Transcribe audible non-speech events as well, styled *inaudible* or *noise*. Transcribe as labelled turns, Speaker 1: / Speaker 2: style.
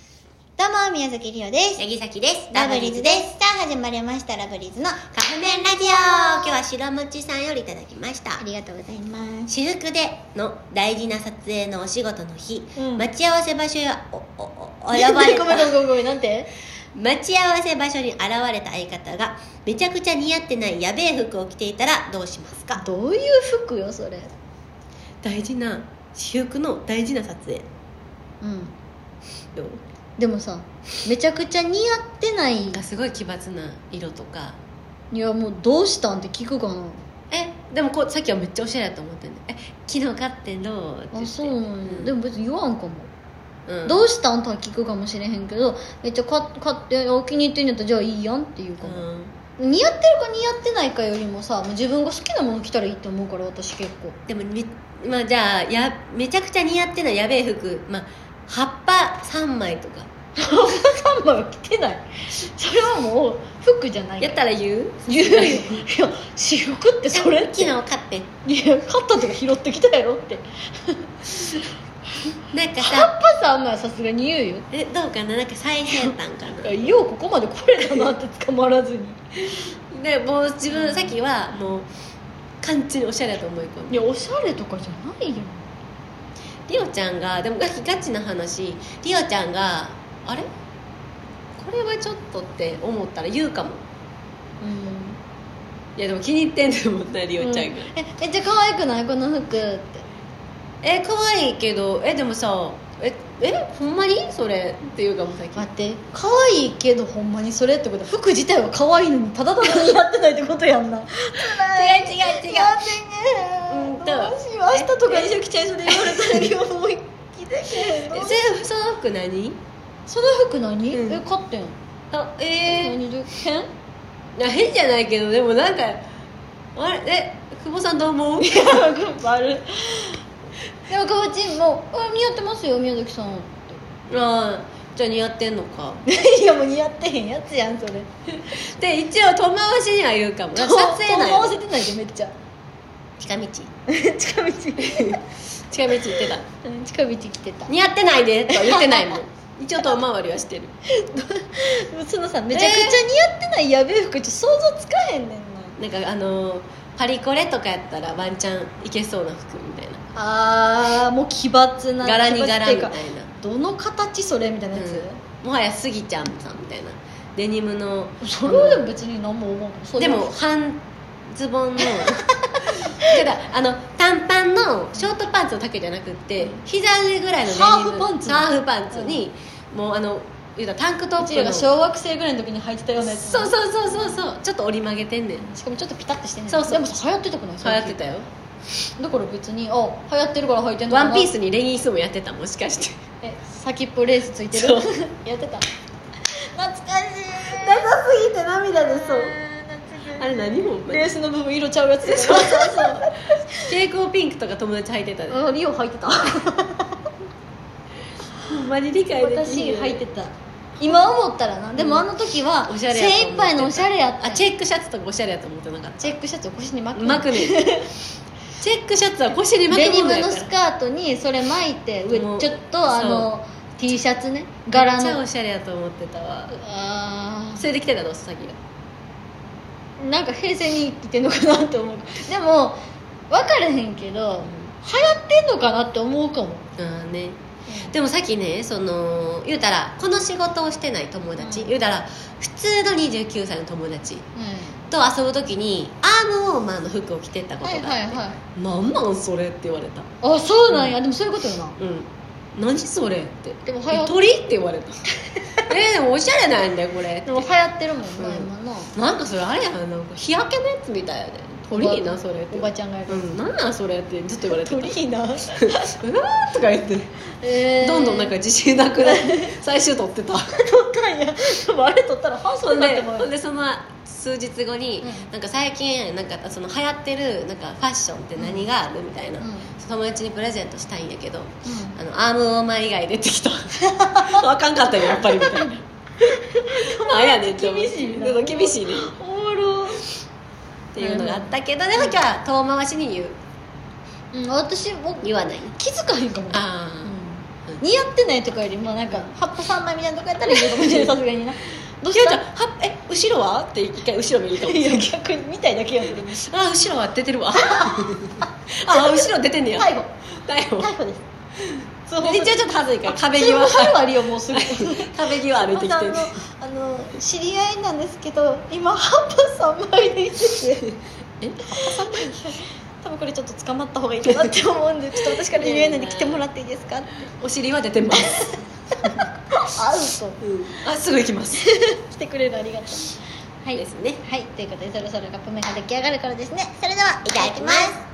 Speaker 1: どうも、宮崎りおです。
Speaker 2: 八木崎です
Speaker 1: ラブリーズです。さあ、始まりました、ラブリーズの。あ
Speaker 2: カフメンラジオ今日は白むちさんよりいただきました
Speaker 1: りがとうございます。
Speaker 2: 私服での大事な撮影のお仕事の日、
Speaker 1: うん
Speaker 2: 待ち合わせ場所やおおお選ばれた
Speaker 1: ごめんごめんごめんごめん、なんて
Speaker 2: 待ち合わせ場所に現れた相方がめちゃくちゃ似合ってないやべえ服を着ていたらどうしますか
Speaker 1: どういう服よ、それ。
Speaker 2: 大事な私服の大事な撮影
Speaker 1: うん。
Speaker 2: どう
Speaker 1: でもさ、めちゃくちゃ似合ってない。い
Speaker 2: すごい奇抜な色とか
Speaker 1: や、もう、どうしたんって聞くかな。
Speaker 2: えでもこうさっきはめっちゃおしゃれだと思ってんねえ昨日買ってんどうって言
Speaker 1: あ、
Speaker 2: って
Speaker 1: そうなんや
Speaker 2: ん
Speaker 1: でも別に言わんかも。
Speaker 2: うん
Speaker 1: どうしたんとは聞くかもしれへんけど、めっちゃ買買って、あ気に入ってんやったらじゃあいいやんっていうかも。
Speaker 2: うん
Speaker 1: 似合ってるか似合ってないかよりもさもう自分が好きなもの着たらいいと思うから私結構
Speaker 2: でもめ,、まあ、じゃあやめちゃくちゃ似合ってないやべえ服、まあ、葉っぱ3枚とか
Speaker 1: 3枚は着てないそれはもう服じゃない
Speaker 2: やったら言う
Speaker 1: 言うよいや私服ってそれって
Speaker 2: 昨日
Speaker 1: いや
Speaker 2: 買って
Speaker 1: 買
Speaker 2: ん
Speaker 1: ったとか拾ってきたやろって
Speaker 2: なんか
Speaker 1: 葉
Speaker 2: さ
Speaker 1: っぱ3枚はさすがに言うよ
Speaker 2: えどうかななんか最先端か
Speaker 1: いや
Speaker 2: な
Speaker 1: ようここまで来れたなって捕まらずに
Speaker 2: でもう自分さっきはもう完全におしゃれだと思い込ん
Speaker 1: いや
Speaker 2: で
Speaker 1: おしゃれとかじゃないよ
Speaker 2: リオちゃんがでもガキガチな話リオちゃんがあれこれはちょっとって思ったら言うかも
Speaker 1: うん
Speaker 2: いやでも気に入ってんと思ったリオちゃんが、
Speaker 1: えめっちゃ可愛くないこの服って
Speaker 2: え可愛いけどえでもさええほんまにそれっていうかもさっき
Speaker 1: 待って可愛いけどほんまにそれってことは服自体は可愛いのにただただ似合ってないってことやんな違う
Speaker 2: 違う違う違う
Speaker 1: う
Speaker 2: うんん
Speaker 1: と
Speaker 2: と
Speaker 1: どうしよう明日とか衣装着ちゃいそうで言われたら今もう着てけへんの
Speaker 2: えそその服何
Speaker 1: その服何、
Speaker 2: うん
Speaker 1: え買ってん
Speaker 2: あえー
Speaker 1: 何で変
Speaker 2: いや変じゃないけどでもなんかあれえ久保さんどう思う
Speaker 1: 悪いでもかぼちんも「うん似合ってますよ宮崎さん」っ
Speaker 2: あーじゃあ似合ってんのか
Speaker 1: ていやもう似合ってへんやつやんそ *laughs* れ
Speaker 2: で一応遠回しには言うかも撮影なん
Speaker 1: 合わせ
Speaker 2: や
Speaker 1: てないでめっちゃ
Speaker 2: 近道
Speaker 1: *laughs* 近道
Speaker 2: 近道行って
Speaker 1: う
Speaker 2: た
Speaker 1: ん近道来てた
Speaker 2: 似合ってないでとは言ってないもん一応遠回りはしてる
Speaker 1: でもそのさめちゃくちゃ似合ってないやべえ服ちょ想像つかへんねんな
Speaker 2: なんかあのーパリコレとかやったらワンチャンいけそうな服みたいな
Speaker 1: あーもう奇抜な
Speaker 2: 柄に
Speaker 1: 奇抜
Speaker 2: 柄
Speaker 1: ってい
Speaker 2: み
Speaker 1: う
Speaker 2: た
Speaker 1: か
Speaker 2: いな、
Speaker 1: どの形それみたいなやつ、
Speaker 2: うん、もはやスギちゃんさんみたいなデニムの
Speaker 1: それはでも別に何も思うそう
Speaker 2: でも半ズボ *laughs* ンのただあの短パンのショートパンツだけじゃなくって膝上ぐらいのデニム
Speaker 1: ハーフパンツ
Speaker 2: ハーフパンツに、もうあの言うたらタンクト
Speaker 1: う
Speaker 2: ッ
Speaker 1: ちら
Speaker 2: プ
Speaker 1: が
Speaker 2: の
Speaker 1: 小学生ぐらいの時に履いてたようなやつ
Speaker 2: そうそうそうそうそうちょっと折り曲げてんねん流
Speaker 1: しかもちょっとピタッとしてんねん
Speaker 2: そうそう
Speaker 1: でもさ流行ってたくない
Speaker 2: 行ってたよ
Speaker 1: だから別にあ流行ってるから履いてんのか
Speaker 2: ワ
Speaker 1: な
Speaker 2: ンピースにレギンスもやってたもしかして
Speaker 1: え先っぽレースついてる
Speaker 2: そう
Speaker 1: *laughs* やってた懐かしい
Speaker 2: ダサすぎて涙出そう
Speaker 1: 懐
Speaker 2: *laughs* あ
Speaker 1: かし
Speaker 2: れ何ほん
Speaker 1: い
Speaker 2: まに
Speaker 1: レースの部分色ちゃうやつそうそうそう
Speaker 2: 蛍光ピンクとか友達履いてたで
Speaker 1: リオ履いてた
Speaker 2: ほんまに理解できない
Speaker 1: 私履いてた今思ったらなでもあの時は
Speaker 2: おし
Speaker 1: 精
Speaker 2: ゃれやと思って
Speaker 1: 一杯のおしゃれやった
Speaker 2: あチェックシャツとかおしゃれやと思ってなかった
Speaker 1: チェックシャツを腰に巻く
Speaker 2: 巻くねんチェックシャツは腰に巻
Speaker 1: デ
Speaker 2: く
Speaker 1: ニム
Speaker 2: ものや
Speaker 1: の
Speaker 2: から
Speaker 1: スカートにそれ巻いて上
Speaker 2: もう
Speaker 1: ちょっとあの T シャツね柄
Speaker 2: めっちゃ
Speaker 1: の
Speaker 2: おしゃれやと思ってたわ
Speaker 1: あ
Speaker 2: それで来てたのさっきが
Speaker 1: ーなんか平成に生きてんのかなって思うでも分かれへんけど流行ってんのかなって思うかも
Speaker 2: ああねでもさっきねその言うたらこの仕事をしてない友達、
Speaker 1: うん
Speaker 2: 言うたら普通の29歳の友達と遊ぶ時にアームウォーマーの服を着てったこと
Speaker 1: は
Speaker 2: があっ
Speaker 1: い
Speaker 2: て、
Speaker 1: はいはい
Speaker 2: なんなんそれって言われた
Speaker 1: あそうなんや、でもそういうことよな
Speaker 2: うん何それって
Speaker 1: でも流行っ
Speaker 2: 鳥って言わ
Speaker 1: *laughs*
Speaker 2: れたえー、でもおしゃれなんだよこれ
Speaker 1: でも流行ってるもんな、
Speaker 2: うん
Speaker 1: 今の
Speaker 2: なんかそれあれやななんか日焼けのやつみたいやで鳥いいなそれって
Speaker 1: おばちゃんがやる
Speaker 2: うん、なんなんそれってずっと言われてた
Speaker 1: いな、
Speaker 2: うわーとか言って
Speaker 1: えー、
Speaker 2: どんどんなんか自信なくなって最終取ってた
Speaker 1: どっかんやでもあれ取ったら半
Speaker 2: ほ
Speaker 1: 袖
Speaker 2: ん
Speaker 1: になっ
Speaker 2: *laughs* で
Speaker 1: ても
Speaker 2: ほんでその数日後に、
Speaker 1: うん
Speaker 2: なんか最近なんかその流行ってるなんかファッションって何があるみたいな、
Speaker 1: うん
Speaker 2: 友達にプレゼントしたいんやけど
Speaker 1: うん
Speaker 2: あのアームウォーマー以外出てきたあかんかった *laughs* よやっぱりみたいなあやねんって思って
Speaker 1: 厳しいな
Speaker 2: そう厳しいね
Speaker 1: おもろ
Speaker 2: っていうのがあったけどでも今日は遠回しに言う
Speaker 1: うん、私も
Speaker 2: 言わない
Speaker 1: 気づかへんかも
Speaker 2: ああ、
Speaker 1: うん
Speaker 2: うん
Speaker 1: 似合ってないとかよりもなんか葉っぱ三枚みたいなとこやったらいいかも *laughs* しれないさすがになどう
Speaker 2: ひ
Speaker 1: し
Speaker 2: ろち
Speaker 1: た
Speaker 2: ゃんはえ後ろはって一回後ろ見ると思う
Speaker 1: いや逆に見たいだけやんけ
Speaker 2: あ後ろは出てる *laughs* わあ後ろ出てんねや
Speaker 1: 逮捕
Speaker 2: 逮捕
Speaker 1: 逮捕です
Speaker 2: 一応ちょっと恥ずいから壁際
Speaker 1: は春ありよもうすぐ
Speaker 2: *laughs* 壁際歩いてきてる
Speaker 1: あのあの知り合いなんですけど今葉っぱ三枚でいてて
Speaker 2: *laughs* え
Speaker 1: 多分これちょっと捕まった方がいいかなって思うんでちょっと私から言えないんで来てもらっていいですかって
Speaker 2: お尻は出てます、
Speaker 1: アウ
Speaker 2: あすぐ行きます
Speaker 1: ト来てくれるありがとうはい
Speaker 2: ですね
Speaker 1: はいということでそろそろカップ麺が出来上がるからですねそれではいただきます